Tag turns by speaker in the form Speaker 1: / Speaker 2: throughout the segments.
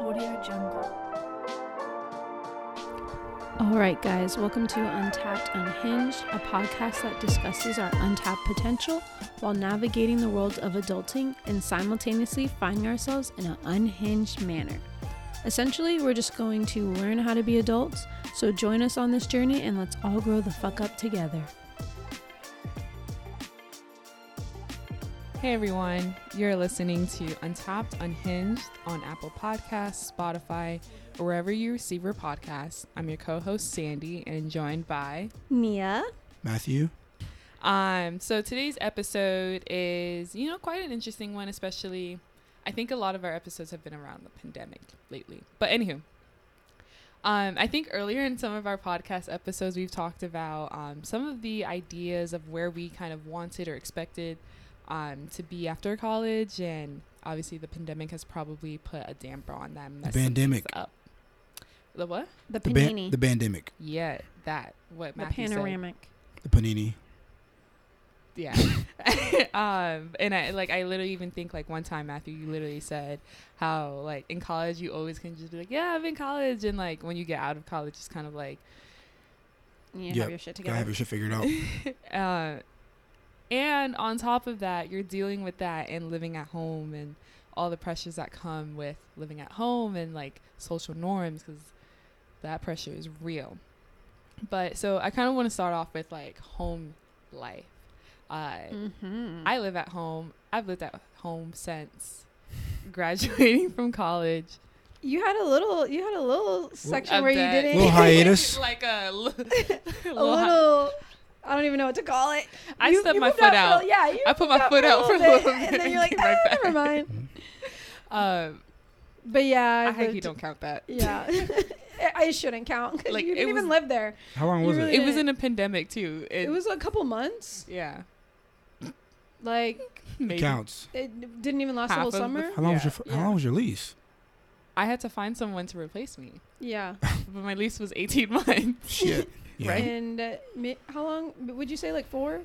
Speaker 1: Audio Jungle.
Speaker 2: All right, guys, welcome to Untapped Unhinged, a podcast that discusses our untapped potential while navigating the world of adulting and simultaneously finding ourselves in an unhinged manner. Essentially, we're just going to learn how to be adults, so join us on this journey and let's all grow the fuck up together.
Speaker 3: Hey everyone, you're listening to Untapped Unhinged on Apple Podcasts, Spotify, or wherever you receive your podcasts. I'm your co-host Sandy and joined by
Speaker 2: Mia.
Speaker 4: Matthew.
Speaker 3: um so today's episode is, you know, quite an interesting one, especially I think a lot of our episodes have been around the pandemic lately. But anywho, um, I think earlier in some of our podcast episodes, we've talked about um, some of the ideas of where we kind of wanted or expected um, to be after college, and obviously the pandemic has probably put a damper on them.
Speaker 4: The
Speaker 3: messed things
Speaker 4: pandemic.
Speaker 3: up. The what?
Speaker 2: The
Speaker 4: The,
Speaker 2: panini.
Speaker 4: ban- the pandemic.
Speaker 3: Yeah, that what
Speaker 2: the
Speaker 3: Matthew said.
Speaker 2: panoramic.
Speaker 4: The panini.
Speaker 3: yeah um and i like i literally even think like one time matthew you literally said how like in college you always can just be like yeah i'm in college and like when you get out of college it's kind of like
Speaker 2: You
Speaker 4: Yep.
Speaker 2: have your shit
Speaker 4: Gotta have
Speaker 2: together.
Speaker 4: your shit figured out.
Speaker 3: uh and on top of that you're dealing with that and living at home and all the pressures that come with living at home and like social norms because that pressure is real but so i kind of want to start off with like home life uh
Speaker 2: Mm-hmm.
Speaker 3: I live at home. I've lived at home since graduating from college.
Speaker 2: you had a little. You had a little section
Speaker 3: Of
Speaker 2: where
Speaker 3: that-
Speaker 2: you didn't.
Speaker 4: Little hiatus.
Speaker 3: like a, li-
Speaker 2: a little. I don't even know what to call it.
Speaker 3: I
Speaker 2: You-
Speaker 3: stepped
Speaker 2: you
Speaker 3: my
Speaker 2: moved
Speaker 3: foot
Speaker 2: for a-
Speaker 3: out.
Speaker 2: yeah, you
Speaker 3: I put
Speaker 2: moved
Speaker 3: my foot out for a little bit,
Speaker 2: and then you're like,
Speaker 3: came right
Speaker 2: "Ah,
Speaker 3: back."
Speaker 2: never mind.
Speaker 4: Mm-hmm.
Speaker 3: Um,
Speaker 2: But yeah,
Speaker 3: I
Speaker 2: I've
Speaker 3: think you
Speaker 2: lived-
Speaker 3: don't count that.
Speaker 2: Yeah, I shouldn't count. 'cause
Speaker 3: Like,
Speaker 2: you
Speaker 3: it
Speaker 2: didn't even
Speaker 3: was-
Speaker 2: live there.
Speaker 4: How long
Speaker 2: You
Speaker 4: was
Speaker 2: really-
Speaker 4: it?
Speaker 3: It was in a pandemic too.
Speaker 2: It was a couple months.
Speaker 3: yeah.
Speaker 2: Like
Speaker 4: It
Speaker 3: Maybe.
Speaker 4: counts.
Speaker 2: it didn't even last the
Speaker 3: Half
Speaker 2: whole
Speaker 3: of the-
Speaker 2: summer.
Speaker 4: How long was
Speaker 3: Yeah.
Speaker 4: your f- How
Speaker 2: Yeah.
Speaker 4: long was your lease?
Speaker 3: I had to find someone to replace me,
Speaker 2: yeah.
Speaker 3: but my lease was 18 months.
Speaker 4: Shit. Yeah.
Speaker 3: Right?
Speaker 2: And uh, mi- how long would you say? Like four?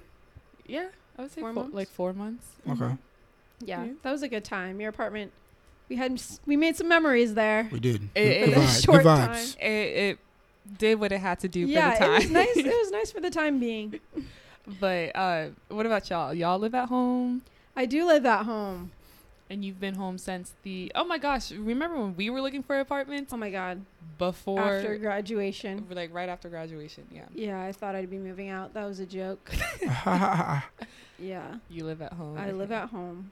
Speaker 3: Yeah, I would say
Speaker 2: Four
Speaker 3: four-
Speaker 2: months?
Speaker 3: like four months.
Speaker 4: Okay.
Speaker 2: Yeah,
Speaker 3: Yeah.
Speaker 2: Mm-hmm. that was a good time. Your apartment. We had s- we made some memories there.
Speaker 4: We did.
Speaker 3: It- it-
Speaker 4: good vibes.
Speaker 2: Short
Speaker 4: good vibes.
Speaker 3: It, it did what it had to do
Speaker 2: yeah,
Speaker 3: for the
Speaker 2: it
Speaker 3: time.
Speaker 2: was nice. It was nice for the time being.
Speaker 3: but uh, what about y'all? Y'all live at home?
Speaker 2: I do live at home.
Speaker 3: and you've been home since the oh my gosh remember when we were looking for apartments
Speaker 2: Oh my god!
Speaker 3: before
Speaker 2: After graduation,
Speaker 3: like right after graduation yeah
Speaker 2: yeah, I thought I'd be moving out. That was a joke. yeah.
Speaker 3: you live at home
Speaker 2: I live at home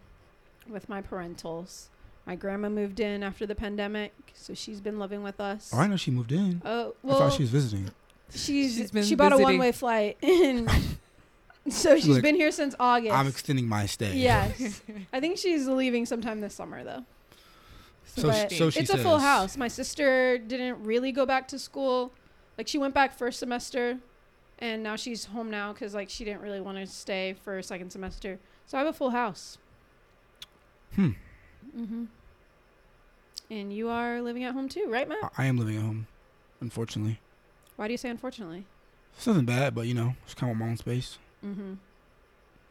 Speaker 2: with my parentals. My grandma moved in after the pandemic, so she's been living with us.
Speaker 4: oh, I know she moved in.
Speaker 2: Oh
Speaker 4: I
Speaker 2: well,
Speaker 4: thought she was visiting.
Speaker 2: she's,
Speaker 3: She's been
Speaker 2: she bought a one
Speaker 3: visiting.
Speaker 2: way flight, and so she's
Speaker 4: Look,
Speaker 2: been here since August.
Speaker 4: I'm extending my stay.
Speaker 2: yes, I think she's leaving sometime this summer though.
Speaker 4: So,
Speaker 2: But
Speaker 4: so she
Speaker 2: it's a full
Speaker 4: says.
Speaker 2: house. My sister didn't really go back to school. Like she went back first semester, and now she's home now because like she didn't really want to stay for second semester. So I have a full house.
Speaker 4: Hmm.
Speaker 2: Mm-hmm. And you are living at home too, right, Matt?
Speaker 4: I- I am living at home, unfortunately.
Speaker 2: Why do you say unfortunately?
Speaker 4: It's nothing bad, but you know, it's kind of my own space.
Speaker 2: Mm-hmm.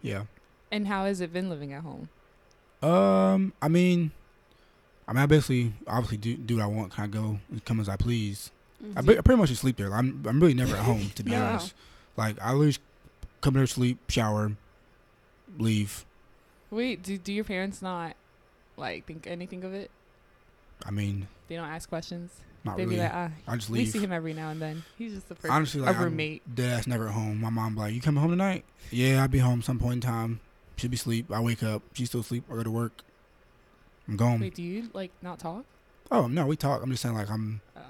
Speaker 4: Yeah.
Speaker 3: and how has it been living at home
Speaker 4: Um, I mean, I mean, I basically, obviously, do do what I want, kind of go and come as I please. I,
Speaker 2: Mm-hmm.
Speaker 4: be, I pretty much just sleep there. Like, I'm I'm really never at home to be
Speaker 2: Yeah.
Speaker 4: honest. Like I always come here, sleep, shower, leave.
Speaker 3: wait do, do your parents not like think anything of it
Speaker 4: I mean,
Speaker 3: they don't ask questions
Speaker 4: not
Speaker 3: they be
Speaker 4: really.
Speaker 3: like ah
Speaker 4: I just
Speaker 3: we see
Speaker 4: leave.
Speaker 3: him every now and then he's just the person
Speaker 4: Honestly, like
Speaker 3: a roommate
Speaker 4: I'm dead ass never at home. My mom be like, you coming home tonight? Yeah, I'll be home some point in time. She'll be asleep. I wake up. She's still asleep. I go to work. I'm gone.
Speaker 3: wait do you like not talk
Speaker 4: Oh no, we talk. I'm just saying like I'm.
Speaker 3: Oh.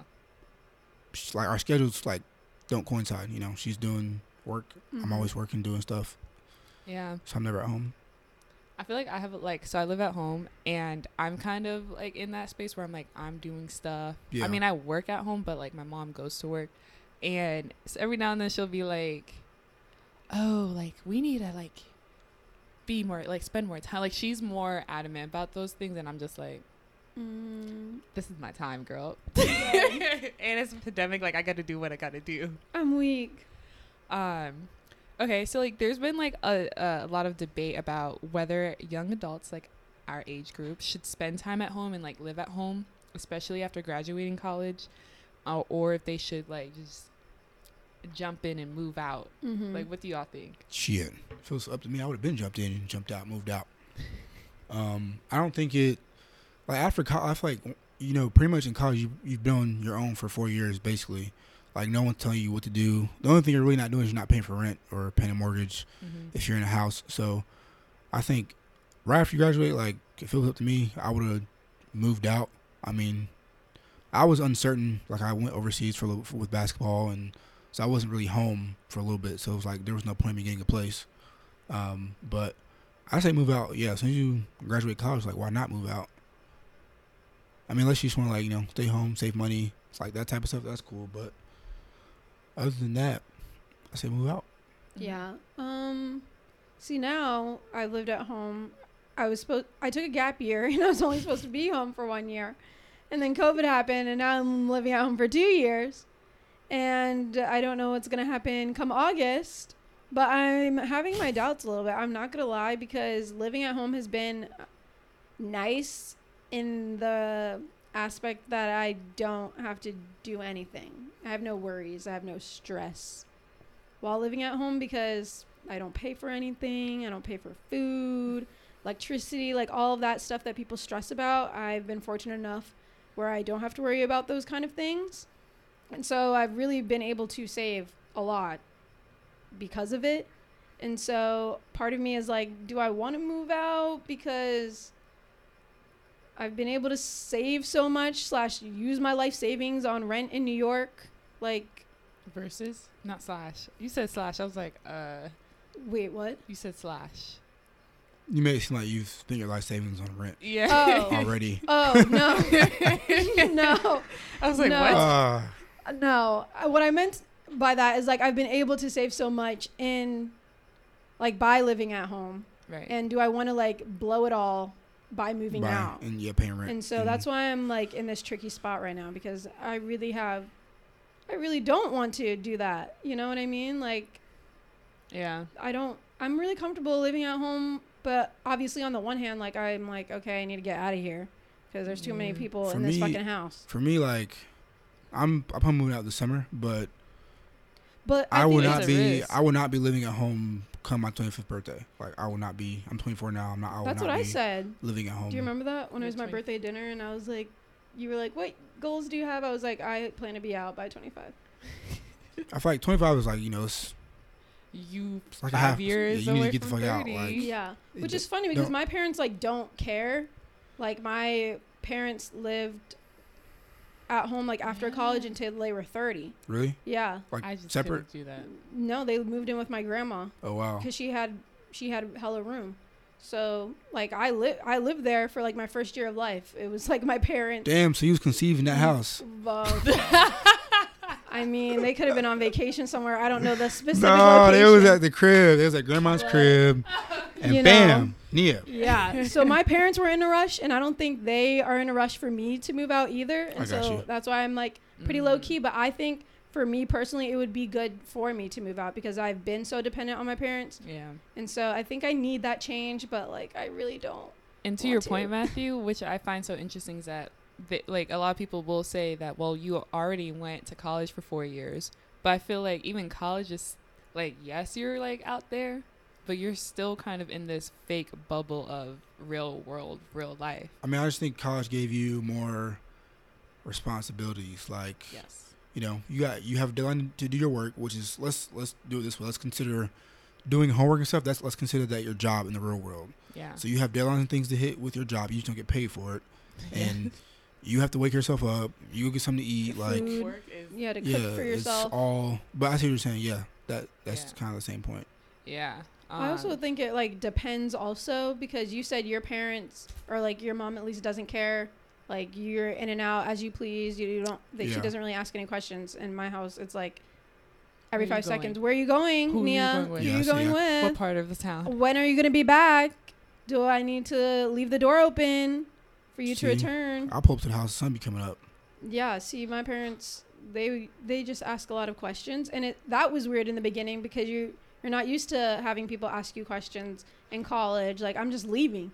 Speaker 4: She's like our schedules like don't coincide. You know, she's doing work.
Speaker 2: Mm-hmm.
Speaker 3: Mm-hmm.
Speaker 4: I'm always working, doing stuff.
Speaker 3: yeah
Speaker 4: So I'm never at home.
Speaker 3: I feel like I have like so I live at home and I'm kind of like in that space where I'm like I'm doing stuff. I
Speaker 4: Yeah.
Speaker 3: mean I work at home, but like my mom goes to work, and so every now and then she'll be like, "Oh, like we need to like be more like spend more time." Like she's more adamant about those things, and I'm just like,
Speaker 2: Mm,
Speaker 3: "This is my time, girl." and it's a pandemic. Like I got to do what I got to do.
Speaker 2: I'm weak.
Speaker 3: Um, okay, so like there's been like a, a lot of debate about whether young adults like our age group should spend time at home and like live at home especially after graduating college, uh, or if they should like just jump in and move out.
Speaker 2: Mm-hmm.
Speaker 3: Like, what do y'all think?
Speaker 4: Shit. If it was up to me, I would have been jumped in and jumped out, moved out. Um, I don't think it. Like after college, I feel like you know, pretty much in college, you you've been on your own for four years, basically. Like no one's telling you what to do. The only thing you're really not doing is you're not paying for rent or paying a mortgage
Speaker 2: Mm-hmm.
Speaker 4: if you're in a house. So, I think right after you graduate, like if it was up to me, I would have moved out. I mean, I was uncertain. Like I went overseas for, a little- for with basketball, and so I wasn't really home for a little bit. So it was like there was no point in me getting a place. Um, but I say move out. Yeah, as soon as you graduate college, like why not move out? I mean, unless you just want to like you know stay home, save money, it's like that type of stuff. That's cool. But other than that, I say move out.
Speaker 2: Yeah. Um see now I lived at home. I was supposed I took a gap year and I was only supposed to be home for one year. And then COVID happened and now I'm living at home for two years. And I don't know what's gonna happen come August. But I'm having my doubts a little bit. I'm not gonna lie because living at home has been nice in the aspect that I don't have to do anything. I have no worries. I have no stress while living at home because I don't pay for anything. I don't pay for food, electricity, like all of that stuff that people stress about. I've been fortunate enough where I don't have to worry about those kind of things. And so I've really been able to save a lot because of it. And so part of me is like, do I want to move out because I've been able to save so much slash use my life savings on rent in New York? Like,
Speaker 3: Versus, not slash. You said slash. I was like, uh,
Speaker 2: wait, what?
Speaker 3: you said slash.
Speaker 4: You may seem like you've spent your life savings on rent
Speaker 3: Yeah.
Speaker 2: Oh.
Speaker 4: already.
Speaker 2: Oh no, no,
Speaker 3: I was like,
Speaker 2: No.
Speaker 3: what?
Speaker 4: Uh,
Speaker 2: no. Uh, What I meant by that is like I've been able to save so much in, like by living at home,
Speaker 3: Right.
Speaker 2: and do I want to like blow it all by moving
Speaker 4: buying-
Speaker 2: out?
Speaker 4: and yeah, paying rent.
Speaker 2: And so that's why I'm like in this tricky spot right now because I really have, I really don't want to do that. You know what I mean? Like
Speaker 3: yeah.
Speaker 2: I don't. I'm really comfortable living at home, but obviously, on the one hand, like I'm like, okay, I need to get out of here because there's too many
Speaker 3: Mm.
Speaker 2: people
Speaker 4: For
Speaker 2: in this
Speaker 4: me-
Speaker 2: fucking house.
Speaker 4: for me, like, I'm I'm probably moving out this summer, but
Speaker 2: But
Speaker 4: I,
Speaker 2: I,
Speaker 4: will
Speaker 2: think
Speaker 4: not
Speaker 3: it's a
Speaker 4: be
Speaker 3: risk.
Speaker 4: I will not be living at home come my 25th birthday. Like, I will not be. I'm 24 now. I'm not. I will
Speaker 2: that's
Speaker 4: not
Speaker 2: what I
Speaker 4: be
Speaker 2: said.
Speaker 4: Living at home.
Speaker 2: Do you remember that when it
Speaker 3: Yeah,
Speaker 2: was my
Speaker 3: 20.
Speaker 2: birthday dinner and I was like, you were like, what goals do you have? I was like, I plan to be out by 25.
Speaker 4: I feel like 25 is like you know it's
Speaker 3: You
Speaker 4: It's like a
Speaker 3: five
Speaker 4: half-
Speaker 3: years
Speaker 4: yeah, you need to
Speaker 3: away
Speaker 4: get the
Speaker 3: from
Speaker 4: fuck out,
Speaker 3: 30.
Speaker 4: like-
Speaker 2: Yeah,
Speaker 4: It
Speaker 2: which
Speaker 4: d-
Speaker 2: is funny because
Speaker 4: don't-
Speaker 2: my parents like don't care. Like my parents lived at home like after college
Speaker 3: Yeah.
Speaker 2: until they were 30.
Speaker 4: really
Speaker 2: Yeah.
Speaker 3: I just
Speaker 4: separate.
Speaker 3: couldn't do that.
Speaker 2: No, they moved in with my grandma.
Speaker 4: Oh wow.
Speaker 2: because she had she had hella room. So like I live I lived there for like my first year of life. It was like my parents.
Speaker 4: Damn. So you was conceived in that house.
Speaker 2: Well, I mean, they could have been on vacation somewhere. I don't know the specific.
Speaker 4: No, they was
Speaker 2: location.
Speaker 4: at the crib. They was at grandma's
Speaker 2: But-
Speaker 4: crib, and
Speaker 2: You know.
Speaker 4: bam, Nia.
Speaker 2: Yeah. So my parents were in a rush, and I don't think they are in a rush for me to move out either. And
Speaker 4: I got
Speaker 2: so
Speaker 4: you.
Speaker 2: that's why I'm like pretty
Speaker 3: Mm.
Speaker 2: low key. But I think for me personally, it would be good for me to move out because I've been so dependent on my parents,
Speaker 3: Yeah.
Speaker 2: and so I think I need that change. But like, I really don't.
Speaker 3: And to
Speaker 2: want
Speaker 3: your
Speaker 2: to.
Speaker 3: point, Matthew, which I find so interesting is that, that like a lot of people will say that, well, you already went to college for four years, but I feel like even college is like, yes, you're like out there, but you're still kind of in this fake bubble of real world, real life.
Speaker 4: I mean, I just think college gave you more responsibilities. Like,
Speaker 3: Yes.
Speaker 4: you know, you got you have a deadline to do your work, which is let's let's do it this way. Let's consider doing homework and stuff. That's let's consider that your job in the real world.
Speaker 3: Yeah.
Speaker 4: So you have deadlines and things to hit with your job. You just don't get paid for it, and you have to wake yourself up. You go get something to eat. Like,
Speaker 2: Food. You had to cook
Speaker 4: yeah,
Speaker 2: for
Speaker 4: it's
Speaker 2: yourself.
Speaker 4: all. But I see what you're saying. Yeah, that that's
Speaker 3: Yeah.
Speaker 4: kind of the same point.
Speaker 3: Yeah.
Speaker 2: I also
Speaker 3: um,
Speaker 2: think it like depends also because you said your parents or like your mom at least doesn't care. Like you're in and out as you please. You, you don't. That She
Speaker 4: Yeah.
Speaker 2: doesn't really ask any questions. In my house, it's like every
Speaker 3: Where you
Speaker 2: five
Speaker 3: going?
Speaker 2: seconds, "Where are you going,
Speaker 3: Who you
Speaker 2: Nia?
Speaker 3: going
Speaker 2: Who
Speaker 3: with?"
Speaker 4: Yeah,
Speaker 2: you
Speaker 4: I see
Speaker 2: going
Speaker 3: what
Speaker 2: with?
Speaker 3: part of the town?
Speaker 2: When are you gonna be back? Do I need to leave the door open for you to
Speaker 4: See?
Speaker 2: return?"
Speaker 4: I'll pull up to the house. The sun be coming up.
Speaker 2: yeah see my parents they they just ask a lot of questions and it that was weird in the beginning because you you're not used to having people ask you questions in college like i'm just leaving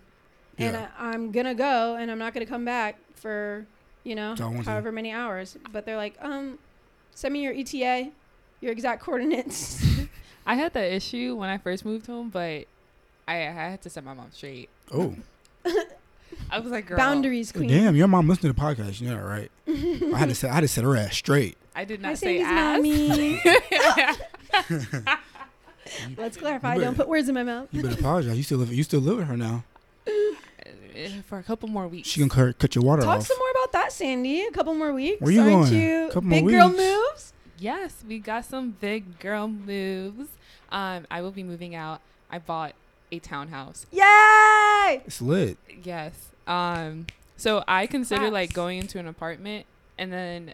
Speaker 2: and
Speaker 4: Yeah.
Speaker 2: I, i'm gonna go and i'm not gonna come back for you know,
Speaker 4: So I want to-
Speaker 2: however many hours. But they're like, um, send me your ETA, your exact coordinates.
Speaker 3: I had that issue when I first moved home, but I, I had to set my mom straight.
Speaker 4: Oh,
Speaker 3: I was like, girl,
Speaker 2: Boundaries, queen.
Speaker 4: damn! Your mom listened to the podcast. You know, that, right? I had to set. I had to set her ass straight.
Speaker 3: I did
Speaker 2: I
Speaker 3: not
Speaker 2: say
Speaker 3: say
Speaker 2: he's
Speaker 3: ass.
Speaker 2: not me. Let's clarify. Don't
Speaker 4: better-
Speaker 2: put words in my mouth.
Speaker 4: You better apologize. You still live. You still live with her now.
Speaker 3: Eh, for a couple more weeks.
Speaker 4: She gonna cut, cut your water
Speaker 2: Talk
Speaker 4: off.
Speaker 2: some more about that, Sandy. A couple more weeks.
Speaker 4: Where you
Speaker 2: Aren't
Speaker 4: going?
Speaker 2: you
Speaker 4: Couple more
Speaker 2: big girl
Speaker 4: weeks.
Speaker 2: moves?
Speaker 3: Yes, we got some big girl moves. Um, I will be moving out. I bought a townhouse.
Speaker 2: Yay!
Speaker 4: It's lit.
Speaker 3: Yes. Um, so I consider like
Speaker 2: Congrats.
Speaker 3: going into an apartment and then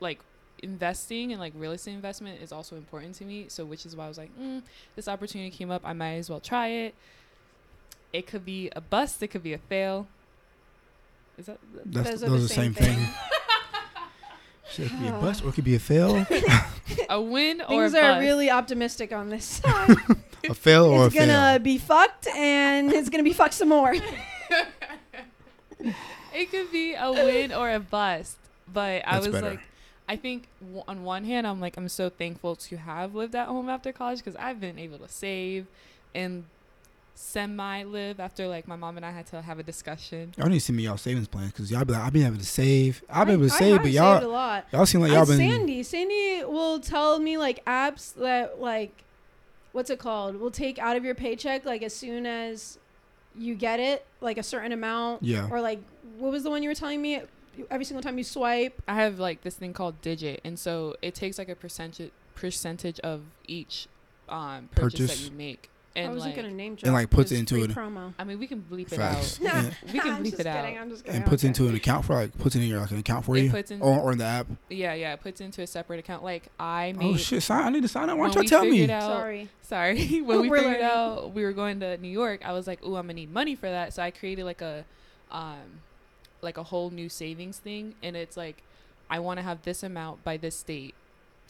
Speaker 3: like investing and like real estate investment is also important to me. So which is why I was like, mm, this opportunity came up. I might as well try it. It could be a bust. It could be a fail. Is that
Speaker 4: That's,
Speaker 2: Those
Speaker 4: those,
Speaker 2: are
Speaker 4: are the same, thing. Shit, it could be a bust or it could be a fail,
Speaker 3: a win or a
Speaker 2: Things
Speaker 3: bust?
Speaker 2: are really optimistic on this side.
Speaker 4: a fail or
Speaker 2: it's
Speaker 4: a fail.
Speaker 2: gonna be fucked, and it's gonna be fucked some more.
Speaker 3: it could be
Speaker 2: Uh,
Speaker 3: a win or a bust. But I
Speaker 4: That's
Speaker 3: was
Speaker 4: better.
Speaker 3: like, I think w- on one hand, I'm like, I'm so thankful to have lived at home after college because I've been able to save and semi live after like my mom and I had to have a discussion.
Speaker 4: Y'all need to send me y'all savings plans because y'all be like, I've been able to save. I've been able to
Speaker 2: I- I
Speaker 4: save,
Speaker 2: have
Speaker 4: but
Speaker 2: saved
Speaker 4: y'all,
Speaker 2: a lot.
Speaker 4: y'all seem like
Speaker 2: Uh,
Speaker 4: y'all been.
Speaker 2: Sandy. Sandy will tell me like apps that like what's it called? Will take out of your paycheck like as soon as you get it, like a certain amount.
Speaker 4: Yeah.
Speaker 2: Or like what was the one you were telling me? Every single time you swipe,
Speaker 3: I have like this thing called Digit, and so it takes like a percentage percentage of each um, purchase,
Speaker 4: Purchase.
Speaker 3: that you make.
Speaker 2: I
Speaker 3: And
Speaker 2: wasn't
Speaker 3: like,
Speaker 2: gonna name drop.
Speaker 4: and, like, puts
Speaker 2: it was
Speaker 4: it into
Speaker 2: free
Speaker 4: it.
Speaker 2: Promo.
Speaker 3: I mean, we can bleep it
Speaker 4: Facts.
Speaker 3: out.
Speaker 4: Yeah.
Speaker 3: We can
Speaker 2: I'm
Speaker 3: bleep
Speaker 2: just
Speaker 3: it out.
Speaker 2: kidding, I'm just kidding.
Speaker 4: And puts
Speaker 2: okay.
Speaker 4: into an account for like puts it in your like an account for
Speaker 3: It
Speaker 4: you,
Speaker 3: puts in-
Speaker 4: or, or in the app.
Speaker 3: Yeah, yeah, it puts into a separate account. Like I made.
Speaker 4: Oh shit! Sign, I need to sign up. Why
Speaker 3: when
Speaker 4: don't y'all
Speaker 3: we
Speaker 4: tell
Speaker 3: figured
Speaker 4: me?
Speaker 3: out-
Speaker 2: Sorry.
Speaker 3: Sorry. When we
Speaker 2: We're
Speaker 3: figured
Speaker 2: learning.
Speaker 3: out we were going to New York, I was like, "Ooh, I'm gonna need money for that." So I created like a, um, like a whole new savings thing, and it's like, I want to have this amount by this date,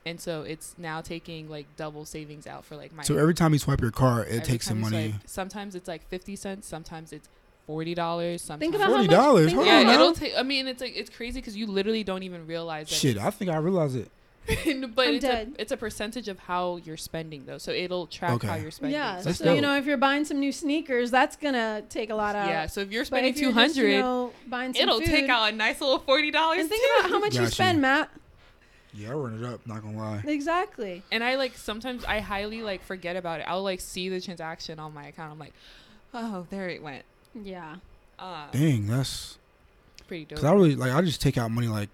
Speaker 3: and so it's now taking like double savings out for like my.
Speaker 4: So every time you swipe your card, it
Speaker 3: every
Speaker 4: takes some
Speaker 3: time you
Speaker 4: money.
Speaker 3: swipe- sometimes it's like fifty cents. Sometimes it's forty dollars. Sometimes
Speaker 2: Think about how much.
Speaker 4: $40?
Speaker 2: think
Speaker 4: Hold
Speaker 2: about
Speaker 4: on
Speaker 3: yeah,
Speaker 2: how
Speaker 4: now.
Speaker 3: it'll take. I mean, it's like it's crazy because you literally don't even realize that
Speaker 4: Shit, I think I realize it.
Speaker 3: but
Speaker 2: I'm
Speaker 3: it's a,
Speaker 2: dead.
Speaker 3: it's a percentage of how you're spending though, so it'll track how
Speaker 4: Okay.
Speaker 3: you're spending.
Speaker 2: Yeah,
Speaker 4: That's
Speaker 2: so
Speaker 4: dope.
Speaker 2: you know if you're buying some new sneakers, that's gonna take a lot out.
Speaker 3: yeah. So if you're
Speaker 2: But
Speaker 3: spending
Speaker 2: if you're
Speaker 3: two
Speaker 2: just, you
Speaker 3: hundred,
Speaker 2: know, buying some
Speaker 3: it'll take
Speaker 2: food-
Speaker 3: out a nice little forty dollars
Speaker 2: And
Speaker 3: too.
Speaker 2: think about how much you
Speaker 4: Gotcha.
Speaker 2: spend, Matt.
Speaker 4: Yeah, I run it up. Not gonna lie.
Speaker 2: Exactly.
Speaker 3: and I like sometimes I highly like forget about it. I'll like see the transaction on my account. I'm like, oh, there it went.
Speaker 2: Yeah.
Speaker 3: Uh,
Speaker 4: Dang, that's
Speaker 3: pretty
Speaker 4: because I
Speaker 3: dope.
Speaker 4: really like. I just take out money like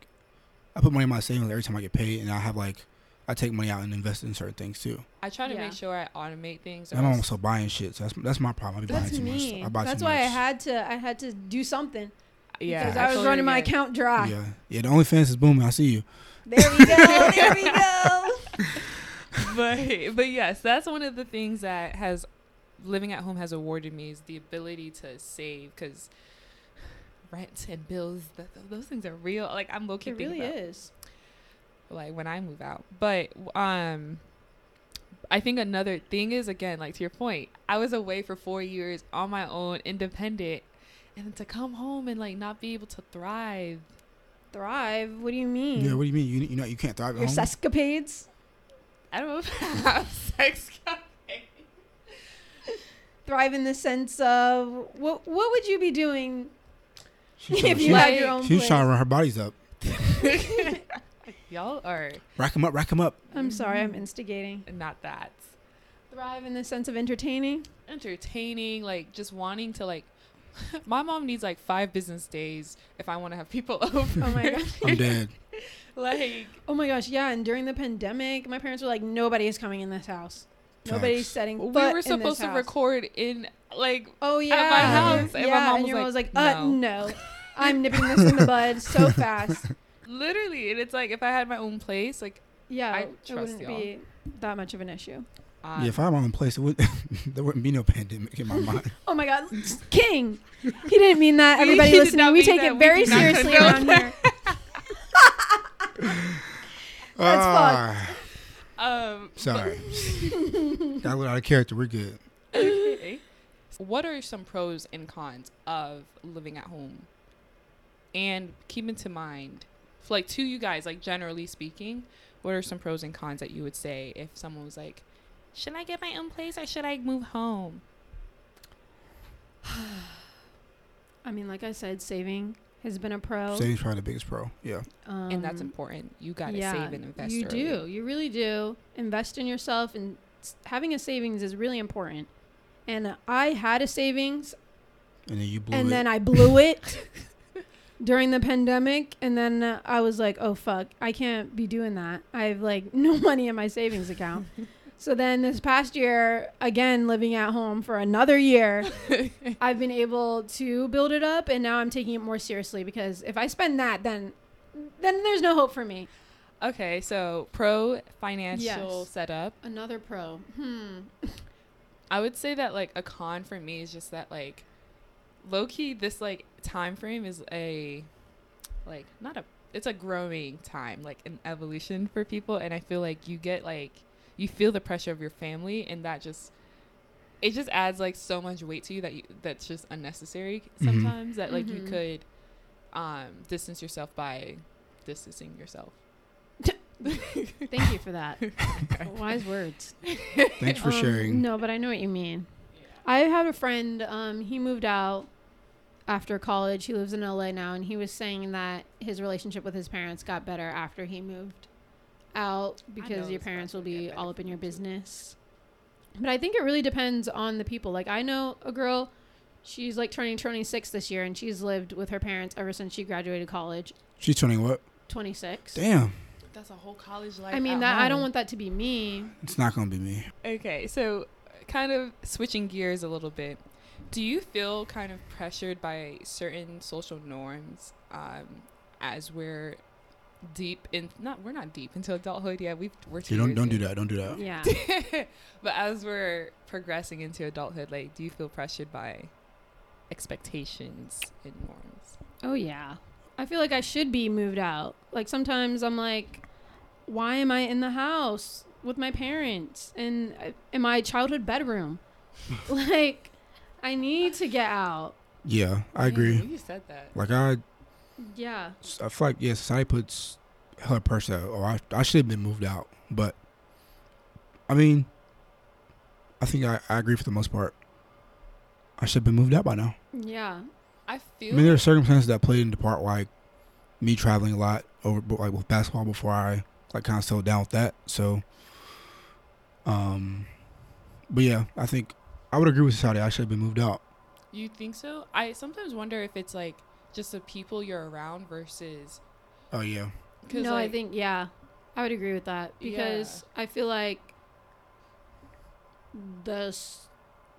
Speaker 4: I put money in my savings every time I get paid, and I have like I take money out and invest in certain things too.
Speaker 3: I try to
Speaker 2: Yeah.
Speaker 3: make sure I automate things. or
Speaker 4: And I'm
Speaker 3: else-
Speaker 4: also buying shit, so that's that's my problem. I be
Speaker 2: That's
Speaker 4: buying too
Speaker 2: me.
Speaker 4: much. I buy
Speaker 2: That's
Speaker 4: too
Speaker 2: why
Speaker 4: much.
Speaker 2: I had to I had to do something
Speaker 3: yeah,
Speaker 2: because I was
Speaker 3: totally
Speaker 2: running my
Speaker 3: get it.
Speaker 2: account dry.
Speaker 4: Yeah, yeah. The OnlyFans is booming. I see you.
Speaker 2: There we go. there we go.
Speaker 3: but but yes, that's one of the things that has living at home has awarded me is the ability to save because rent and bills th- th- those things are real. Like I'm low key
Speaker 2: It
Speaker 3: thinking
Speaker 2: really
Speaker 3: about,
Speaker 2: is.
Speaker 3: like when I move out. But um, I think another thing is again like to your point, I was away for four years on my own, independent, and to come home and like not be able to thrive.
Speaker 2: Thrive. What do you mean?
Speaker 4: Yeah. What do you mean? You you know you can't thrive at
Speaker 2: Your
Speaker 4: home.
Speaker 2: sescapades.
Speaker 3: I don't know if I have sex. company.
Speaker 2: Thrive in the sense of what? What would you be doing
Speaker 4: She's trying,
Speaker 2: if
Speaker 4: she,
Speaker 2: you had
Speaker 3: she-
Speaker 2: your own
Speaker 4: she's trying to
Speaker 2: place?
Speaker 4: run her bodies up.
Speaker 3: Y'all are
Speaker 4: Rack them up. Rack them up.
Speaker 2: I'm sorry, I'm instigating.
Speaker 3: not that.
Speaker 2: Thrive in the sense of entertaining.
Speaker 3: entertaining, like just wanting to like. my mom needs like five business days if I want to have people over.
Speaker 2: Oh my god.
Speaker 4: I'm dead.
Speaker 3: like
Speaker 2: Oh my gosh, yeah. And during the pandemic, my parents were like, nobody is coming in this house. Nobody's
Speaker 4: Facts.
Speaker 2: setting foot
Speaker 3: we
Speaker 2: in
Speaker 3: were
Speaker 2: this
Speaker 3: supposed to
Speaker 2: house."
Speaker 3: record in like
Speaker 2: Oh yeah,
Speaker 4: house.
Speaker 2: Yeah,
Speaker 3: And my mom
Speaker 2: and
Speaker 3: was
Speaker 2: your mom was
Speaker 3: like,
Speaker 2: like, "Uh, no, I'm nipping this in the bud so fast."
Speaker 3: literally, and it's like if I had my own place, like
Speaker 2: Yeah,
Speaker 3: I
Speaker 2: it
Speaker 3: trust
Speaker 2: wouldn't
Speaker 3: y'all.
Speaker 2: be that much of an issue.
Speaker 3: um,
Speaker 4: Yeah, if I had my own place, it would there wouldn't be no pandemic in my mind.
Speaker 2: Oh my God, King! He didn't mean that. Everybody
Speaker 3: He did
Speaker 2: listening,
Speaker 3: not
Speaker 2: we
Speaker 3: mean
Speaker 2: take
Speaker 3: that.
Speaker 2: it
Speaker 3: We
Speaker 2: very
Speaker 3: do not
Speaker 2: seriously
Speaker 3: condone
Speaker 2: around here. That's
Speaker 4: Ah,
Speaker 3: um, but-
Speaker 4: Sorry, got a little out of character. We're good.
Speaker 3: okay. What are some pros and cons of living at home and keep into mind for like to you guys like generally speaking what are some pros and cons that you would say if someone was like should i get my own place or should i move home
Speaker 2: I mean, like I said, saving has been a pro.
Speaker 4: Saving's probably the biggest pro. Yeah.
Speaker 2: Um,
Speaker 3: and that's important you gotta save and invest
Speaker 2: You
Speaker 3: early.
Speaker 2: do. You really do. Invest in yourself, and s- having a savings is really important. And uh, I had a savings,
Speaker 4: And then you blew
Speaker 2: and
Speaker 4: it.
Speaker 2: then I blew it during the pandemic. And then uh, I was like, oh, fuck, I can't be doing that. I have like no money in my savings account. so then this past year, again, living at home for another year, I've been able to build it up. And now I'm taking it more seriously because if I spend that, then then there's no hope for me.
Speaker 3: okay so pro financial
Speaker 2: Yes.
Speaker 3: setup
Speaker 2: Another pro. Hmm.
Speaker 3: I would say that like a con for me is just that like low key this like time frame is a like not a it's a growing time like an evolution for people and I feel like you get like you feel the pressure of your family and that just it just adds like so much weight to you that you that's just unnecessary
Speaker 4: Mhm.
Speaker 3: sometimes that like you
Speaker 2: Mhm.
Speaker 3: could um distance yourself by distancing yourself.
Speaker 2: Thank you for that. Wise words.
Speaker 4: Thanks for
Speaker 2: Um,
Speaker 4: sharing.
Speaker 2: No, but I know what you mean. I had a friend. Um, he moved out after college. He lives in LA now, and he was saying that his relationship with his parents got better after he moved out because
Speaker 3: know
Speaker 2: your
Speaker 3: it's
Speaker 2: parents will
Speaker 3: definitely
Speaker 2: be
Speaker 3: got better
Speaker 2: all up
Speaker 3: for
Speaker 2: in your
Speaker 3: them, too.
Speaker 2: business. But I think it really depends on the people. Like I know a girl. She's like turning 26 this year, and she's lived with her parents ever since she graduated college.
Speaker 4: She's turning what?
Speaker 2: 26.
Speaker 4: Damn.
Speaker 3: That's a whole college life.
Speaker 2: I mean that I don't want that to be me.
Speaker 4: It's not going to be me.
Speaker 3: Okay, so kind of switching gears a little bit. Do you feel kind of pressured by certain social norms um, as we're deep in not we're not deep into adulthood yet. We've we're two
Speaker 4: Dude, don't
Speaker 3: years
Speaker 4: don't do
Speaker 3: in.
Speaker 4: that. Don't do that.
Speaker 2: Yeah.
Speaker 3: but as we're progressing into adulthood, like do you feel pressured by expectations and norms?
Speaker 2: Oh yeah. I feel like I should be moved out. Like sometimes I'm like why am I in the house with my parents and uh, in my childhood bedroom? like I need to get out.
Speaker 4: Yeah, I agree.
Speaker 2: Mm-hmm.
Speaker 3: You said that.
Speaker 4: Like I,
Speaker 2: Yeah.
Speaker 4: I feel like yeah, society puts hella pressure. Oh, I I should have been moved out, but I mean, I think I, I agree for the most part. I should have been moved out by now.
Speaker 2: Yeah.
Speaker 3: I
Speaker 4: I
Speaker 3: feel
Speaker 4: mean, there are circumstances that played into part, like me traveling a lot over, but, like with basketball before I like kind of settled down with that. So, um, but yeah, I think I would agree with society. I should have been moved out.
Speaker 3: you think so? I sometimes wonder if it's like just the people you're around versus
Speaker 4: Oh yeah,
Speaker 3: 'cause,
Speaker 2: No, I
Speaker 3: like,
Speaker 2: think yeah. I would agree with that because I feel like the s-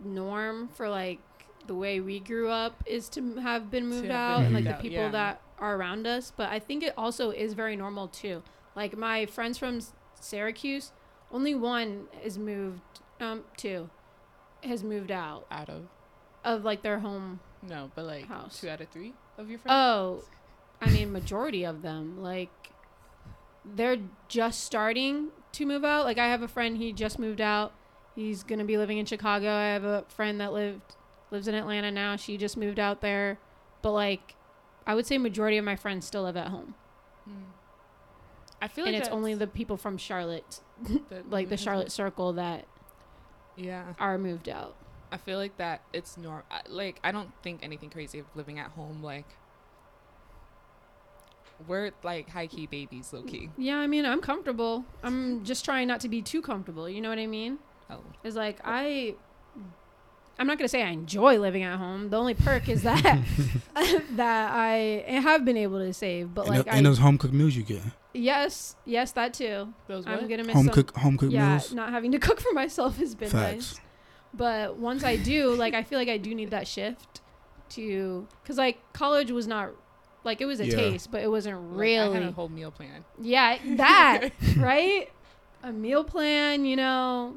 Speaker 2: norm for like the way we grew up is to m- have been moved
Speaker 3: have been
Speaker 2: out and like the
Speaker 3: moved out,
Speaker 2: people
Speaker 3: yeah.
Speaker 2: that are around us, but I think it also is very normal too. Like my friends from S- Syracuse, only one is moved um two has moved out
Speaker 3: out of
Speaker 2: of like their home.
Speaker 3: No, but like
Speaker 2: House.
Speaker 3: two out of three of your friends.
Speaker 2: Oh, I mean, majority of them. Like, they're just starting to move out. Like, I have a friend. He just moved out. He's gonna be living in Chicago. I have a friend that lived lives in Atlanta now. She just moved out there. But like, I would say majority of my friends still live at home,
Speaker 3: Mm. I feel
Speaker 2: and
Speaker 3: like
Speaker 2: it's only
Speaker 3: that's-
Speaker 2: the people from Charlotte,
Speaker 3: that-
Speaker 2: like the Charlotte circle, that
Speaker 3: Yeah,
Speaker 2: are moved out.
Speaker 3: I feel like that. It's normal. Like I don't think anything crazy of living at home. Like we're like high key babies, low key.
Speaker 2: Yeah, I mean, I'm comfortable. I'm just trying not to be too comfortable. You know what I mean?
Speaker 3: Oh,
Speaker 2: is like I I'm not gonna say I enjoy living at home. The only perk is that that I have been able to save. But
Speaker 4: and,
Speaker 2: like
Speaker 4: tho-
Speaker 2: I
Speaker 4: and those home cooked meals you get,
Speaker 2: yes, yes, that too.
Speaker 3: those
Speaker 2: I'm
Speaker 3: what?
Speaker 2: gonna miss
Speaker 4: home
Speaker 2: some,
Speaker 4: cook home cooked
Speaker 2: yeah,
Speaker 4: meals.
Speaker 2: not having to cook for myself has been nice.
Speaker 4: Facts.
Speaker 2: But once I do, like I feel like I do need that shift to because like college was not like it was a
Speaker 4: Yeah.
Speaker 2: taste, but it wasn't
Speaker 3: Like,
Speaker 2: really
Speaker 3: I had a whole meal plan.
Speaker 2: yeah that right a meal plan you know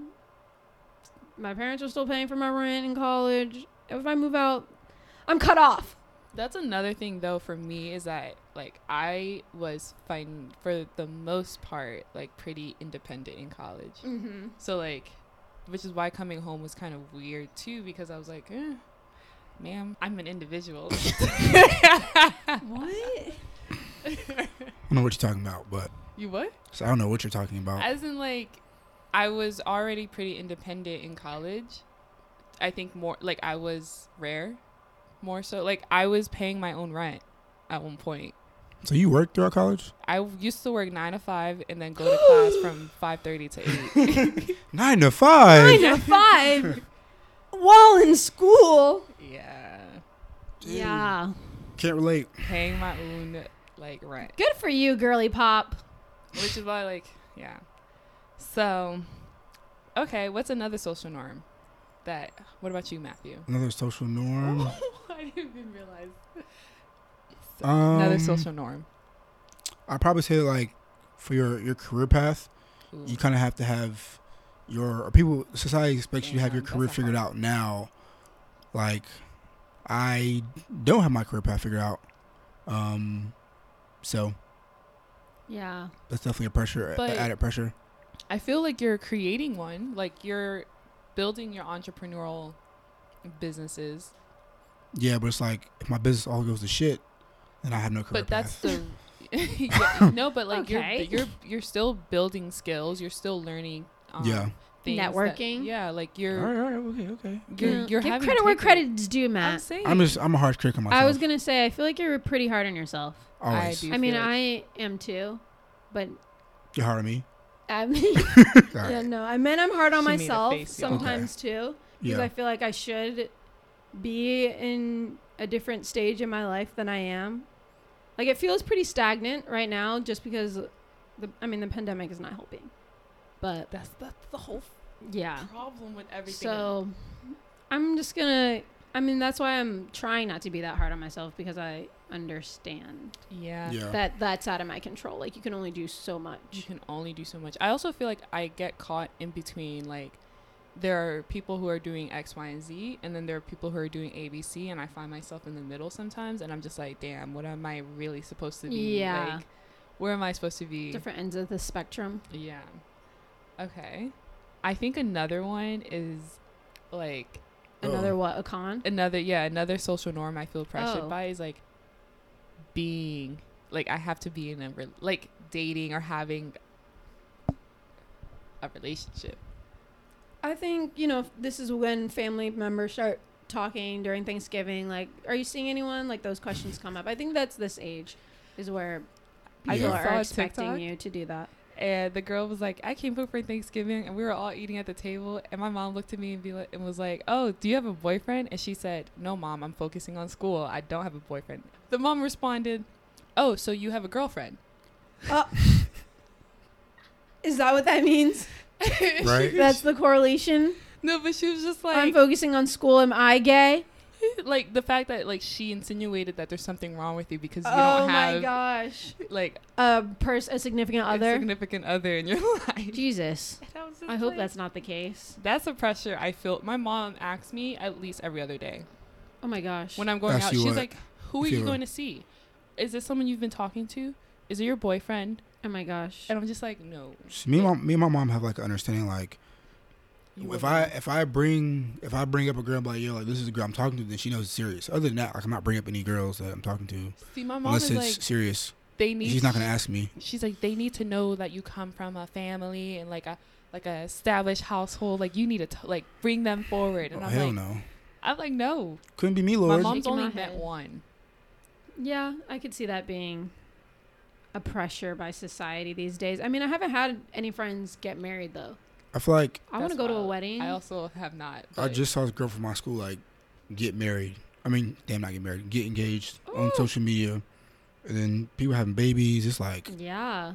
Speaker 2: my parents are still paying for my rent in college if i move out i'm cut off
Speaker 3: That's another thing though for me is that like I was fine for the most part like pretty independent in college.
Speaker 2: mm-hmm.
Speaker 3: So like, which is why coming home was kind of weird too, because I was like, eh, ma'am, I'm an individual.
Speaker 2: What?
Speaker 4: I don't know what you're talking about, but
Speaker 3: you what?
Speaker 4: so I don't know what you're talking about.
Speaker 3: As in, like, I was already pretty independent in college. I think more like I was rare, more so. Like I was paying my own rent at one point.
Speaker 4: So you worked throughout college?
Speaker 3: I w- used to work nine to five and then go to class from five thirty to eight.
Speaker 4: Nine to five.
Speaker 2: Nine to five while in school.
Speaker 3: yeah,
Speaker 4: Dude,
Speaker 2: Yeah.
Speaker 4: Can't relate.
Speaker 3: paying my own like rent.
Speaker 2: Good for you, girly pop.
Speaker 3: which is why like yeah so okay what's another social norm that what about you matthew
Speaker 4: Another social norm.
Speaker 3: i didn't even realize
Speaker 4: Um,
Speaker 3: another social norm
Speaker 4: I Um, probably say like for your your career path,
Speaker 3: Ooh.
Speaker 4: you kind of have to have your or people society expects you to have your
Speaker 3: Damn,
Speaker 4: career
Speaker 3: that's a
Speaker 4: figured out now. Like I don't have my career path figured out. Um so
Speaker 2: Yeah.
Speaker 4: that's definitely a pressure, a-
Speaker 3: But-
Speaker 4: added pressure.
Speaker 3: i feel like you're creating one like you're building your entrepreneurial businesses
Speaker 4: Yeah, but it's like if my business all goes to shit, then I have no career
Speaker 3: but that's
Speaker 4: path.
Speaker 3: the yeah, no but like
Speaker 2: Okay.
Speaker 3: you're you're you're still building skills you're still learning um,
Speaker 4: yeah.
Speaker 3: things that-
Speaker 2: Networking. Mm,
Speaker 3: yeah like you're
Speaker 4: All right, all right, okay, okay.
Speaker 3: you're, you're
Speaker 2: Give
Speaker 3: having
Speaker 2: credit where
Speaker 3: taken-
Speaker 2: credit is due,
Speaker 3: i'm
Speaker 2: Matt.
Speaker 3: saying
Speaker 4: I'm just I'm a harsh critic on myself.
Speaker 2: I was gonna say I feel like you're pretty hard on yourself.
Speaker 4: always.
Speaker 3: do. You
Speaker 2: I mean,
Speaker 3: feel
Speaker 2: I am too, but
Speaker 4: You're hard on me.
Speaker 2: I mean,
Speaker 4: All right.
Speaker 2: yeah, no, I meant I'm hard on
Speaker 3: She made a
Speaker 2: myself
Speaker 3: face, y'all.
Speaker 2: sometimes too because
Speaker 4: Yeah.
Speaker 2: I feel like I should be in a different stage in my life than I am. Like it feels pretty stagnant right now, just because the I mean the pandemic is not helping, but
Speaker 3: that's that's the whole
Speaker 2: yeah.
Speaker 3: problem with everything.
Speaker 2: So I'm just gonna. I mean, that's why I'm trying not to be that hard on myself because I understand
Speaker 3: yeah,
Speaker 4: Yeah.
Speaker 2: that that's out of my control. Like you can only do so
Speaker 3: you
Speaker 2: much.
Speaker 3: can only do so much. I also feel like I get caught in between like there are people who are doing X, Y, and Z, and then there are people who are doing A, B, C, and I find myself in the middle sometimes, and I'm just like, damn, what am I really supposed to be?
Speaker 2: Yeah.
Speaker 3: Like, where am I supposed to be?
Speaker 2: Different ends of the spectrum.
Speaker 3: Yeah. Okay. I think another one is like
Speaker 2: Another
Speaker 4: Uh-oh.
Speaker 2: what? A con?
Speaker 3: another yeah another social norm i feel pressured
Speaker 2: Oh.
Speaker 3: by is like being like i have to be in a re- like dating or having a relationship
Speaker 2: I think you know this is when family members start talking during Thanksgiving. Like, are you seeing anyone? Like those questions come up. I think that's this age, is where
Speaker 4: I
Speaker 2: people
Speaker 4: just
Speaker 3: saw
Speaker 2: are
Speaker 3: a
Speaker 2: expecting
Speaker 3: TikTok.
Speaker 2: you to do that.
Speaker 3: and the girl was like i came over for thanksgiving and we were all eating at the table and my mom looked at me and, be like, and was like oh do you have a boyfriend and she said no mom i'm focusing on school i don't have a boyfriend the mom responded oh so you have a girlfriend
Speaker 2: Is that what that means?
Speaker 4: Right.
Speaker 2: That's the correlation.
Speaker 3: no but she was just like
Speaker 2: I'm focusing on school. Am I gay?
Speaker 3: like the fact that like she insinuated that there's something wrong with you because you
Speaker 2: Oh
Speaker 3: don't
Speaker 2: my
Speaker 3: have
Speaker 2: gosh.
Speaker 3: like
Speaker 2: A pers- a significant
Speaker 3: a
Speaker 2: other.
Speaker 3: significant other in your life.
Speaker 2: Jesus.
Speaker 3: And was just
Speaker 2: I hope
Speaker 3: like-
Speaker 2: that's not the case.
Speaker 3: that's a pressure I feel. My mom asks me at least every other day
Speaker 2: Oh my gosh.
Speaker 3: when I'm going
Speaker 4: Asks
Speaker 3: out.
Speaker 4: you
Speaker 3: She's
Speaker 4: what?
Speaker 3: like, "Who are
Speaker 4: If
Speaker 3: you
Speaker 4: you-
Speaker 3: going to see? Is this someone you've been talking to? Is it your boyfriend?"
Speaker 2: oh my gosh.
Speaker 3: And I'm just like, "No."
Speaker 4: See, me, and my, me and my mom have like an understanding like
Speaker 3: you
Speaker 4: if
Speaker 3: wouldn't."
Speaker 4: I if I bring if I bring up a girl I'm like yo like this is a girl I'm talking to then she knows it's serious. Other than that, like I'm not bringing up any girls that I'm talking to
Speaker 3: see my mom
Speaker 4: unless
Speaker 3: is
Speaker 4: it's
Speaker 3: like,
Speaker 4: serious.
Speaker 3: they need.
Speaker 4: She's not gonna ask me.
Speaker 3: She's like, they need to know that you come from a family and like a like a established household. Like you need to t- like bring them forward.
Speaker 4: Oh,
Speaker 3: And I'm
Speaker 4: hell
Speaker 3: like,
Speaker 4: no,
Speaker 3: I'm like, no.
Speaker 4: couldn't be me,
Speaker 3: My
Speaker 4: Lord.
Speaker 3: mom's
Speaker 2: Shaking
Speaker 3: only
Speaker 2: my
Speaker 3: met
Speaker 2: head.
Speaker 3: one.
Speaker 2: Yeah, I could see that being a pressure by society these days. I mean, I haven't had any friends get married though.
Speaker 4: I feel like
Speaker 2: I want to
Speaker 3: That's
Speaker 2: go to a
Speaker 3: wild.
Speaker 2: wedding.
Speaker 3: I also have not.
Speaker 4: I
Speaker 3: but-
Speaker 4: just saw this girl from my school like get married. I mean, damn, not get married, get engaged on
Speaker 3: Ooh.
Speaker 4: social media, and then people having babies. It's like
Speaker 2: yeah,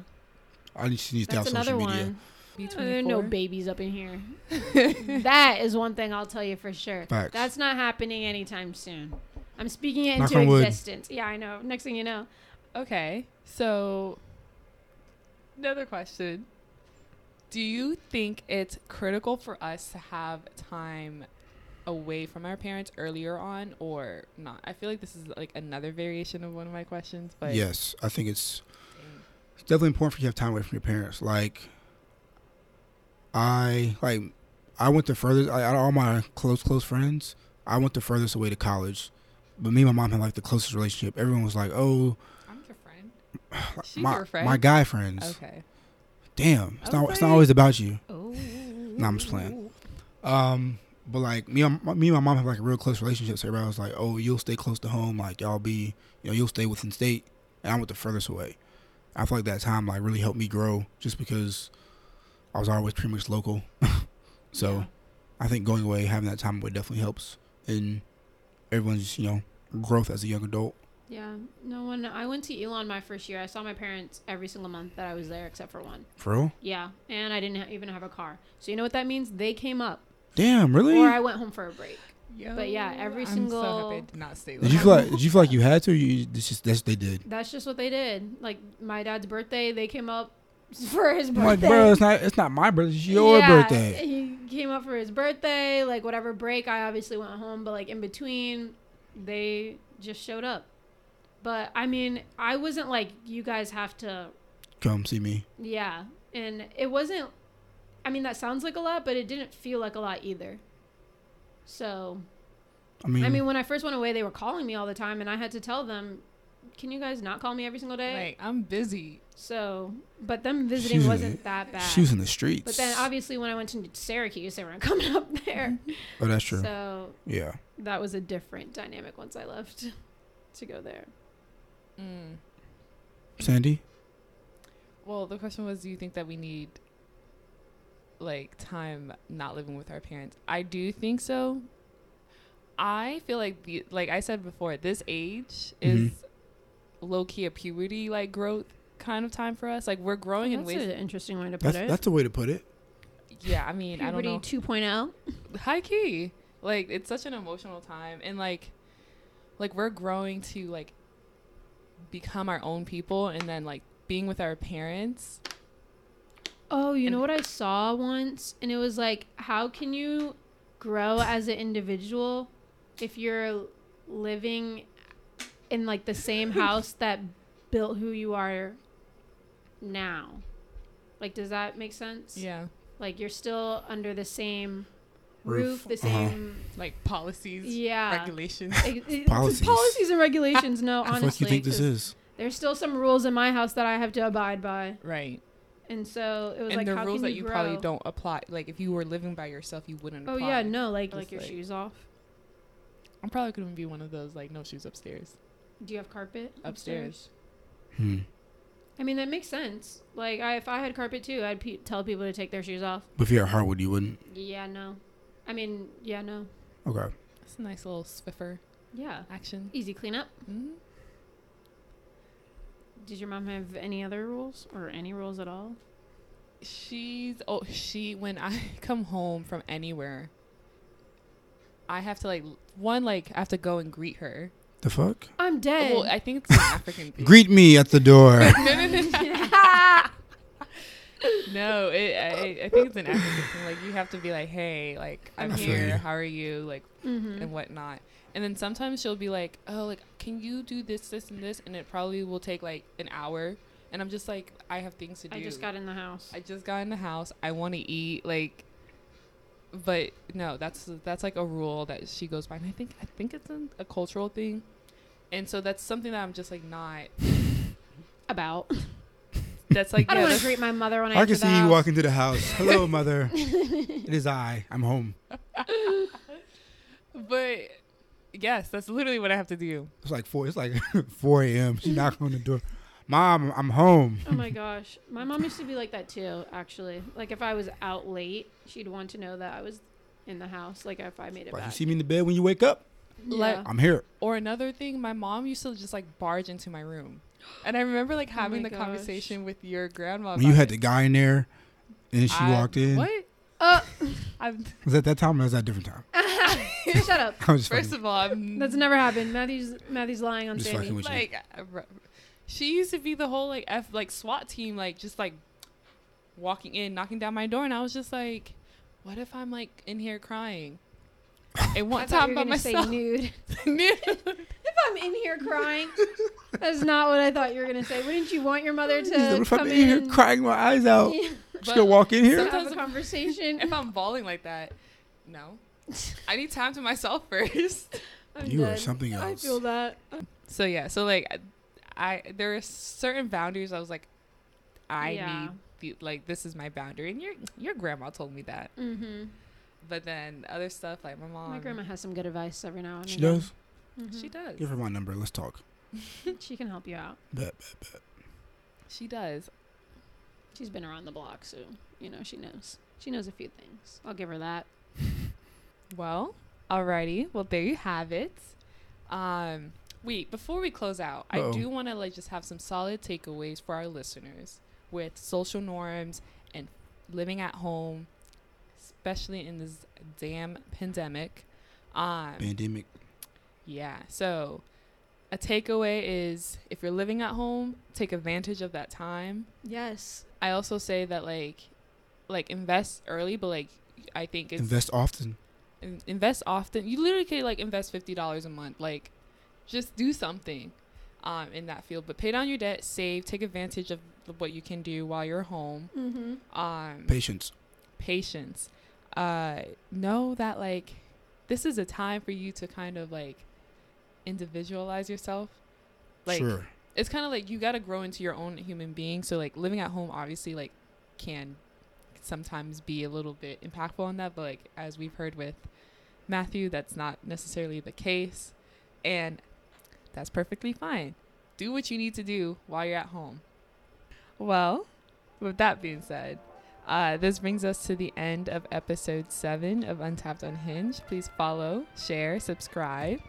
Speaker 4: I just need to stay off
Speaker 2: that's
Speaker 4: social
Speaker 2: another
Speaker 4: media.
Speaker 2: one.
Speaker 3: B24.
Speaker 2: There are Oh, no babies up in here. that is one thing I'll tell you for sure.
Speaker 4: Facts.
Speaker 2: That's not happening anytime soon. I'm speaking it
Speaker 4: Knock
Speaker 2: into
Speaker 4: on wood.
Speaker 2: existence. Yeah, I know. Next thing you know,
Speaker 3: okay, so another question: Do you think it's critical for us to have time away from our parents earlier on, or not? I feel like this is like another variation of one of my questions, but
Speaker 4: yes, I think it's
Speaker 3: Dang.
Speaker 4: it's definitely important for you to have time away from your parents. Like I like I went the furthest. I, out of all my close close friends, I went the furthest away to college, but me and my mom had like the closest relationship. Everyone was like, "Oh,
Speaker 3: I'm your friend. She's
Speaker 4: my
Speaker 3: your friend.
Speaker 4: my guy friends."
Speaker 3: okay.
Speaker 4: Damn, it's not it's not
Speaker 3: Okay.
Speaker 4: always about you.
Speaker 2: Oh.
Speaker 4: Nah, I'm just playing. Um, but like me, and my, me and my mom have like a real close relationship. So everybody was like, "Oh, you'll stay close to home. Like y'all be, you know, you'll stay within state." And I went the furthest away. I feel like that time like really helped me grow, just because I was always pretty much local. so
Speaker 3: Yeah.
Speaker 4: I think going away, having that time away, definitely helps in everyone's you know growth as a young adult.
Speaker 2: Yeah. No, when I went to Elon my first year, I saw my parents every single month that I was there except for one.
Speaker 4: For real?
Speaker 2: Yeah. And I didn't ha- even have a car. So you know what that means? They came up.
Speaker 4: Damn, really?
Speaker 2: Or I went home for a break.
Speaker 3: Yo,
Speaker 2: But yeah, every
Speaker 3: I'm so
Speaker 2: single-
Speaker 3: happy I did not stay.
Speaker 4: did
Speaker 3: long.
Speaker 4: you feel like did you feel like you had to? Or you this just that's they did.
Speaker 2: That's just what they did. Like my dad's birthday, they came up for his
Speaker 4: I'm like,
Speaker 2: birthday.
Speaker 4: bro, it's not it's not my birthday. It's your
Speaker 2: Yeah,
Speaker 4: birthday.
Speaker 2: He came up for his birthday, like whatever break. I obviously went home, but like in between, they just showed up. But I mean, I wasn't like you guys have to,
Speaker 4: Come see me.
Speaker 2: yeah. And it wasn't. I mean, that sounds like a lot, but it didn't feel like a lot either. So
Speaker 4: Mm.
Speaker 2: I mean, when I first went away, they were calling me all the time, and I had to tell them, "Can you guys not call me every single day?"
Speaker 3: Like I'm busy.
Speaker 2: So, but them visiting
Speaker 4: She was in
Speaker 2: wasn't that bad.
Speaker 4: She was in the streets.
Speaker 2: But then obviously when I went to Syracuse, they weren't coming up there.
Speaker 4: oh, that's true.
Speaker 2: So
Speaker 4: yeah.
Speaker 2: that was a different dynamic once I left to go there.
Speaker 3: Mm.
Speaker 4: Sandy?
Speaker 3: Well, the question was, do you think that we need like time not living with our parents? I do think so. I feel like the like I said before, this age is low key a puberty like growth kind of time for us. Like we're growing in
Speaker 2: That's
Speaker 3: ways.
Speaker 2: an interesting way to put
Speaker 4: That's
Speaker 2: it.
Speaker 4: that's the way to put it.
Speaker 3: Yeah, I mean, I don't
Speaker 2: Puberty oh?
Speaker 3: know.
Speaker 2: 2.0.
Speaker 3: high key. Like it's such an emotional time and like like we're growing to like become our own people and then like being with our parents.
Speaker 2: Oh, you
Speaker 3: And-
Speaker 2: know what I saw once? And it was like, how can you grow as an individual if you're living in like the same house that built who you are now? Like, does that make sense?
Speaker 3: Yeah.
Speaker 2: Like, you're still under the same roof,
Speaker 4: Roof.
Speaker 2: the
Speaker 4: Uh-huh.
Speaker 2: same.
Speaker 3: Like policies,
Speaker 2: Yeah.
Speaker 3: regulations.
Speaker 2: Ex- ex-
Speaker 4: Policies.
Speaker 2: policies and regulations. No,
Speaker 4: What the fuck
Speaker 2: honestly,
Speaker 4: you think this
Speaker 2: 'cause
Speaker 4: is?
Speaker 2: there's still some rules in my house that I have to abide by,
Speaker 3: Right.
Speaker 2: and so it was
Speaker 3: and
Speaker 2: like,
Speaker 3: the
Speaker 2: how
Speaker 3: rules
Speaker 2: can
Speaker 3: that
Speaker 2: you
Speaker 3: you
Speaker 2: grow?
Speaker 3: probably don't apply. Like if you were living by yourself, you wouldn't.
Speaker 2: Oh
Speaker 3: apply.
Speaker 2: yeah, no, like
Speaker 3: Just
Speaker 2: like your
Speaker 3: like-
Speaker 2: shoes off.
Speaker 3: I'm probably gonna be one of those like no shoes upstairs.
Speaker 2: Do you have carpet
Speaker 3: Upstairs.
Speaker 4: Hmm.
Speaker 2: I mean, that makes sense. Like, I, if I had carpet too, I'd pe- tell people to take their shoes off.
Speaker 4: But if you're at Harwood, you wouldn't.
Speaker 2: Yeah, no. I mean, yeah, no.
Speaker 4: Okay.
Speaker 3: It's a nice little swiffer
Speaker 2: Yeah,
Speaker 3: action.
Speaker 2: easy cleanup.
Speaker 3: hmm
Speaker 2: Did your mom have any other rules or any rules at all?
Speaker 3: She's oh she when I come home from anywhere, I have to like l- one like I have to go and greet her. Oh,
Speaker 4: The fuck?
Speaker 2: I'm dead.
Speaker 3: Well, I think it's an African thing.
Speaker 4: Greet me at the door.
Speaker 3: no, no, no, no.
Speaker 4: Mm-hmm.
Speaker 3: No, it, I, I think it's an African thing. Like you have to be like, hey, like I'm
Speaker 4: I feel you.
Speaker 3: here. How are you? Like
Speaker 2: mm-hmm.
Speaker 3: and whatnot. And then sometimes she'll be like, "Oh, like can you do this, this, and this?" And it probably will take like an hour. And I'm just like, I have things to do.
Speaker 2: I just got in the house.
Speaker 3: I just got in the house. I want to eat. Like, but no, that's that's like a rule that she goes by. And I think I think it's an, a cultural thing. And so that's something that I'm just like not.
Speaker 2: about.
Speaker 3: That's like
Speaker 2: I don't
Speaker 3: yeah,
Speaker 2: want to
Speaker 3: that's-
Speaker 2: greet my mother when I,
Speaker 4: I
Speaker 2: enter
Speaker 4: can
Speaker 2: the
Speaker 4: see you
Speaker 2: house.
Speaker 4: walk into the house. Hello, mother. it is I. I'm home.
Speaker 3: But yes, that's literally what I have to do.
Speaker 4: It's like four. It's like 4 a.m. She knocking on the door. Mom, I'm home.
Speaker 2: Oh my gosh, my mom used to be like that too. Actually, like if I was out late, she'd want to know that I was in the house. Like if I made it
Speaker 4: Like, you
Speaker 2: back. Oh,
Speaker 4: see me in the bed when you wake up.
Speaker 3: Like-
Speaker 4: I'm here.
Speaker 3: Or another thing, my mom used to just like barge into my room. And I remember like
Speaker 2: Oh my
Speaker 3: having the
Speaker 2: gosh.
Speaker 3: conversation with your
Speaker 2: oh,
Speaker 3: grandma.
Speaker 4: When you
Speaker 3: about
Speaker 4: had
Speaker 3: it.
Speaker 4: the guy in there, and she
Speaker 3: I-
Speaker 4: walked in.
Speaker 3: What?
Speaker 2: Uh,
Speaker 3: I'm,
Speaker 4: Was that that time or was that a different time?
Speaker 2: shut up.
Speaker 4: I was just
Speaker 3: first
Speaker 4: fucking,
Speaker 3: of all, I'm
Speaker 2: That's never happened. Matthew's Matthew's lying on
Speaker 4: just fucking
Speaker 2: Sandy.
Speaker 4: with you.
Speaker 3: like. I re- uh, She used to be the whole like F like SWAT team, like just like walking in, knocking down my door, and I was just like, "What if I'm like in here crying?" And
Speaker 2: I
Speaker 3: one
Speaker 2: thought
Speaker 3: time
Speaker 2: you
Speaker 3: by
Speaker 2: were gonna say
Speaker 3: myself,
Speaker 2: nude.
Speaker 3: Nude.
Speaker 2: If I'm in here crying, that's not what I thought you were gonna say. Wouldn't you want your mother
Speaker 4: He's like,
Speaker 2: to
Speaker 4: if
Speaker 2: come
Speaker 4: I'm in
Speaker 2: in
Speaker 4: here
Speaker 2: and
Speaker 4: crying my eyes out,
Speaker 2: Yeah,
Speaker 4: she's gonna walk in here.
Speaker 2: have
Speaker 3: Sometimes
Speaker 2: a
Speaker 3: if-
Speaker 2: conversation?
Speaker 3: if I'm bawling like that, no, I need time to myself first.
Speaker 2: I'm
Speaker 4: You are
Speaker 2: done.
Speaker 4: something
Speaker 2: I
Speaker 4: else.
Speaker 2: feel that.
Speaker 3: so yeah, so like I, I there are certain boundaries I was like I
Speaker 2: Yeah.
Speaker 3: need the, like this is my boundary and your your grandma told me that.
Speaker 2: Mm-hmm.
Speaker 3: But then other stuff like my mom
Speaker 2: My grandma has some good advice every now and
Speaker 4: She
Speaker 2: again. Mm-hmm.
Speaker 4: does.
Speaker 3: she does.
Speaker 4: Give her my number. Let's talk.
Speaker 2: does. she can help you out.
Speaker 4: Bet.
Speaker 3: She does.
Speaker 2: She's been around the block, so you know she knows. She knows a few things. I'll give her that.
Speaker 3: Well, alrighty. Well, there you have it. Um, wait, before we close out,
Speaker 4: Uh-oh.
Speaker 3: I do want to like just have some solid takeaways for our listeners with social norms and living at home, especially in this damn pandemic. Um,
Speaker 4: Pandemic.
Speaker 3: yeah. So, a takeaway is if you're living at home, take advantage of that time.
Speaker 2: Yes.
Speaker 3: I also say that like, like invest early, but like I think it's
Speaker 4: Invest often.
Speaker 3: in- invest often. You literally could like invest fifty dollars a month. Like, just do something um, in that field. But pay down your debt, save, take advantage of what you can do while you're home.
Speaker 2: Mm-hmm.
Speaker 3: Um,
Speaker 4: Patience.
Speaker 3: patience. Uh, know that like this is a time for you to kind of like individualize yourself. Like
Speaker 4: sure.
Speaker 3: it's kind of like you got to grow into your own human being. So like living at home obviously like can sometimes be a little bit impactful on that, but like as we've heard with Matthew, that's not necessarily the case, and that's perfectly fine. Do what you need to do while you're at home. Well, with that being said, uh, this brings us to the end of episode seven of Untapped Unhinged. Please follow, share, subscribe.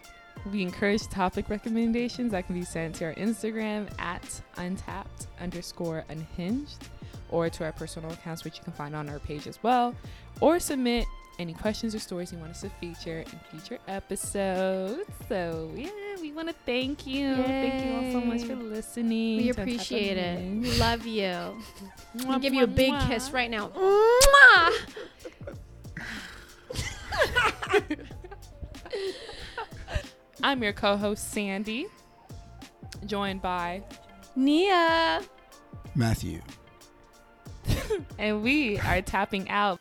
Speaker 3: We encourage topic recommendations that can be sent to our Instagram at untapped underscore unhinged or to our personal accounts, which you can find on our page as well, or submit any questions or stories you want us to feature in future episodes. So, yeah, we want to thank you. Thank you all so much for
Speaker 2: Yay.
Speaker 3: listening.
Speaker 2: We
Speaker 3: to Untapped
Speaker 2: appreciate it.
Speaker 3: Unhinged.
Speaker 2: We love you.
Speaker 3: Mwah,
Speaker 2: I'll give you a
Speaker 3: mwah,
Speaker 2: big
Speaker 3: mwah.
Speaker 2: kiss right now. Mwah!
Speaker 3: I'm your co-host Sandy, joined by,
Speaker 2: Nia.
Speaker 4: Matthew.
Speaker 3: and we are tapping out.